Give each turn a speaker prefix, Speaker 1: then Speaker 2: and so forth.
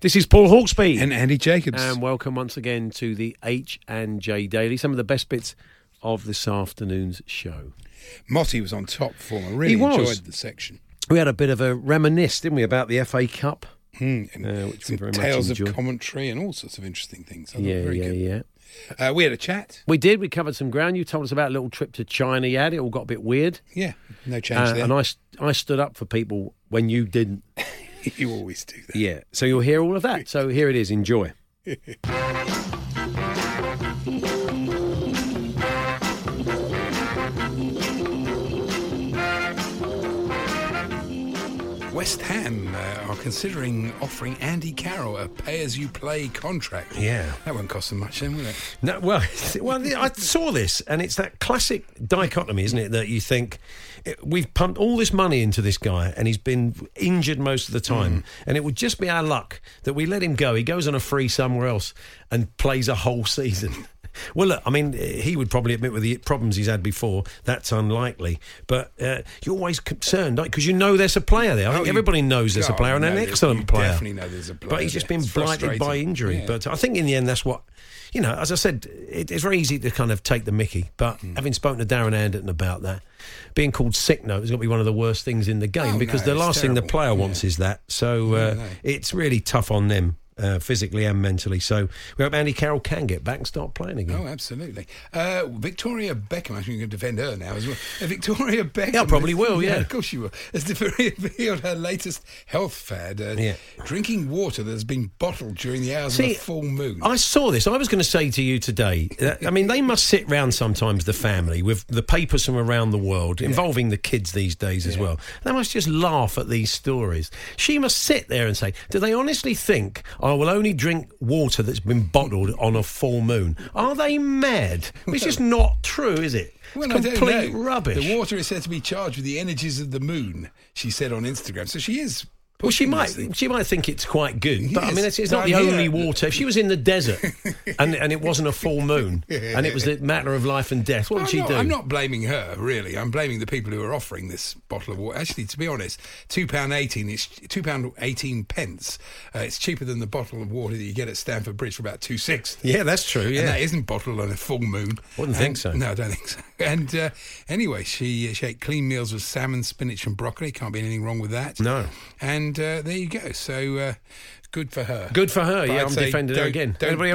Speaker 1: This is Paul Hawksby.
Speaker 2: And Andy Jacobs.
Speaker 1: And um, welcome once again to the H and J Daily. Some of the best bits of this afternoon's show.
Speaker 2: Motti was on top form. I really
Speaker 1: He was.
Speaker 2: enjoyed the section.
Speaker 1: We had a bit of a reminisce, didn't we, about the FA Cup?
Speaker 2: Mm, and
Speaker 1: Uh, which we
Speaker 2: some
Speaker 1: very much
Speaker 2: tales of
Speaker 1: enjoyed.
Speaker 2: commentary and all sorts of interesting things. I thought
Speaker 1: Yeah,
Speaker 2: very
Speaker 1: yeah,
Speaker 2: good.
Speaker 1: yeah.
Speaker 2: Uh, we had a chat.
Speaker 1: We did. We covered some ground. You told us about a little trip to China you had. It all got a bit weird.
Speaker 2: Yeah, no change
Speaker 1: Uh,
Speaker 2: there.
Speaker 1: and I, st- I stood up for people when you didn't.
Speaker 2: you always do that.
Speaker 1: Yeah. So you'll hear all of that. So here it is. Enjoy.
Speaker 2: West Ham uh, are considering offering Andy Carroll a pay-as-you-play contract.
Speaker 3: Yeah.
Speaker 2: That won't cost them much then, will it?
Speaker 3: No, well, well, I saw this, and it's that classic dichotomy, isn't it? That you think it- we've pumped all this money into this guy, and he's been injured most of the
Speaker 2: Mm.
Speaker 3: time, and it would just be our luck that we let him go. He goes on a free somewhere else and plays a whole season. Well, look, I mean, eh, he would probably admit with the problems he's had before, that's unlikely. But uh, you're always concerned, because you know there's a player there. I think
Speaker 2: you-
Speaker 3: everybody knows there's a
Speaker 2: Oh,
Speaker 3: player and
Speaker 2: no,
Speaker 3: an
Speaker 2: there's-
Speaker 3: excellent
Speaker 2: you
Speaker 3: player.
Speaker 2: definitely know there's a player
Speaker 3: But he's just
Speaker 2: there.
Speaker 3: been
Speaker 2: It's
Speaker 3: blighted by
Speaker 2: frustrating.
Speaker 3: injury.
Speaker 2: Yeah.
Speaker 3: But but I think in the end, that's what you know. As I said, it, it's very easy to kind of take the Mickey. But
Speaker 2: Hmm.
Speaker 3: having spoken to Darren Anderton about that, being called sick note is going to be one of the worst things in the game
Speaker 2: Oh,
Speaker 3: because
Speaker 2: no,
Speaker 3: the
Speaker 2: it's
Speaker 3: last thing the
Speaker 2: terrible.
Speaker 3: player wants is that. So uh,
Speaker 2: no.
Speaker 3: it's really tough on them. Uh, physically and mentally, so we hope Andy Carroll can get back and start playing again.
Speaker 2: Oh, absolutely. Uh, Victoria Beckham, I think you can defend her now as well. Uh, Victoria Beckham.
Speaker 3: Yeah, I probably will, yeah.
Speaker 2: Of course you will. Has de- revealed her latest health fad uh,
Speaker 3: Yeah.
Speaker 2: drinking water that has been bottled during the hours of
Speaker 3: See,
Speaker 2: a full moon.
Speaker 3: I saw this. I was going to say to you today. That, I mean, they must sit round sometimes the family with the papers from around the world involving the kids these days as well. They must just laugh at these stories. She must sit there and say, "Do they honestly think I will only drink water that's been bottled on a full moon? Are they mad? It's just not true, is it?
Speaker 2: Well,
Speaker 3: it's
Speaker 2: I don't
Speaker 3: complete
Speaker 2: know.
Speaker 3: rubbish.
Speaker 2: The water is said to be charged with the energies of the moon, she said on Instagram. So she is.
Speaker 3: Well, she
Speaker 2: pushing
Speaker 3: might
Speaker 2: this thing.
Speaker 3: she might think it's quite good, but I
Speaker 2: Yes,
Speaker 3: mean, it's, it's
Speaker 2: but
Speaker 3: not
Speaker 2: I'm
Speaker 3: the
Speaker 2: here-
Speaker 3: only water. If she was in the desert and and it wasn't a full moon and it was a matter of life and death, what would
Speaker 2: I'm
Speaker 3: she
Speaker 2: not,
Speaker 3: do?
Speaker 2: I'm not blaming her, really. I'm blaming the people who are offering this bottle of water. Actually, to be honest, two pound eighteen. It's two pound eighteen pence. Uh, it's cheaper than the bottle of water that you get at Stamford Bridge for about two six.
Speaker 3: yeah, that's true.
Speaker 2: And that
Speaker 3: Yeah,
Speaker 2: isn't bottled on a full moon.
Speaker 3: Wouldn't think
Speaker 2: And-
Speaker 3: so.
Speaker 2: No, I don't think so. And uh, anyway, she, uh, she ate clean meals with salmon, spinach, and broccoli. Can't be anything wrong with that.
Speaker 3: No.
Speaker 2: And uh, there you go. So uh, good for her.
Speaker 3: good for her.
Speaker 2: But
Speaker 3: yeah,
Speaker 2: I'd
Speaker 3: I'm
Speaker 2: say
Speaker 3: defending her
Speaker 2: don't-
Speaker 3: again.
Speaker 2: don't
Speaker 3: Anybody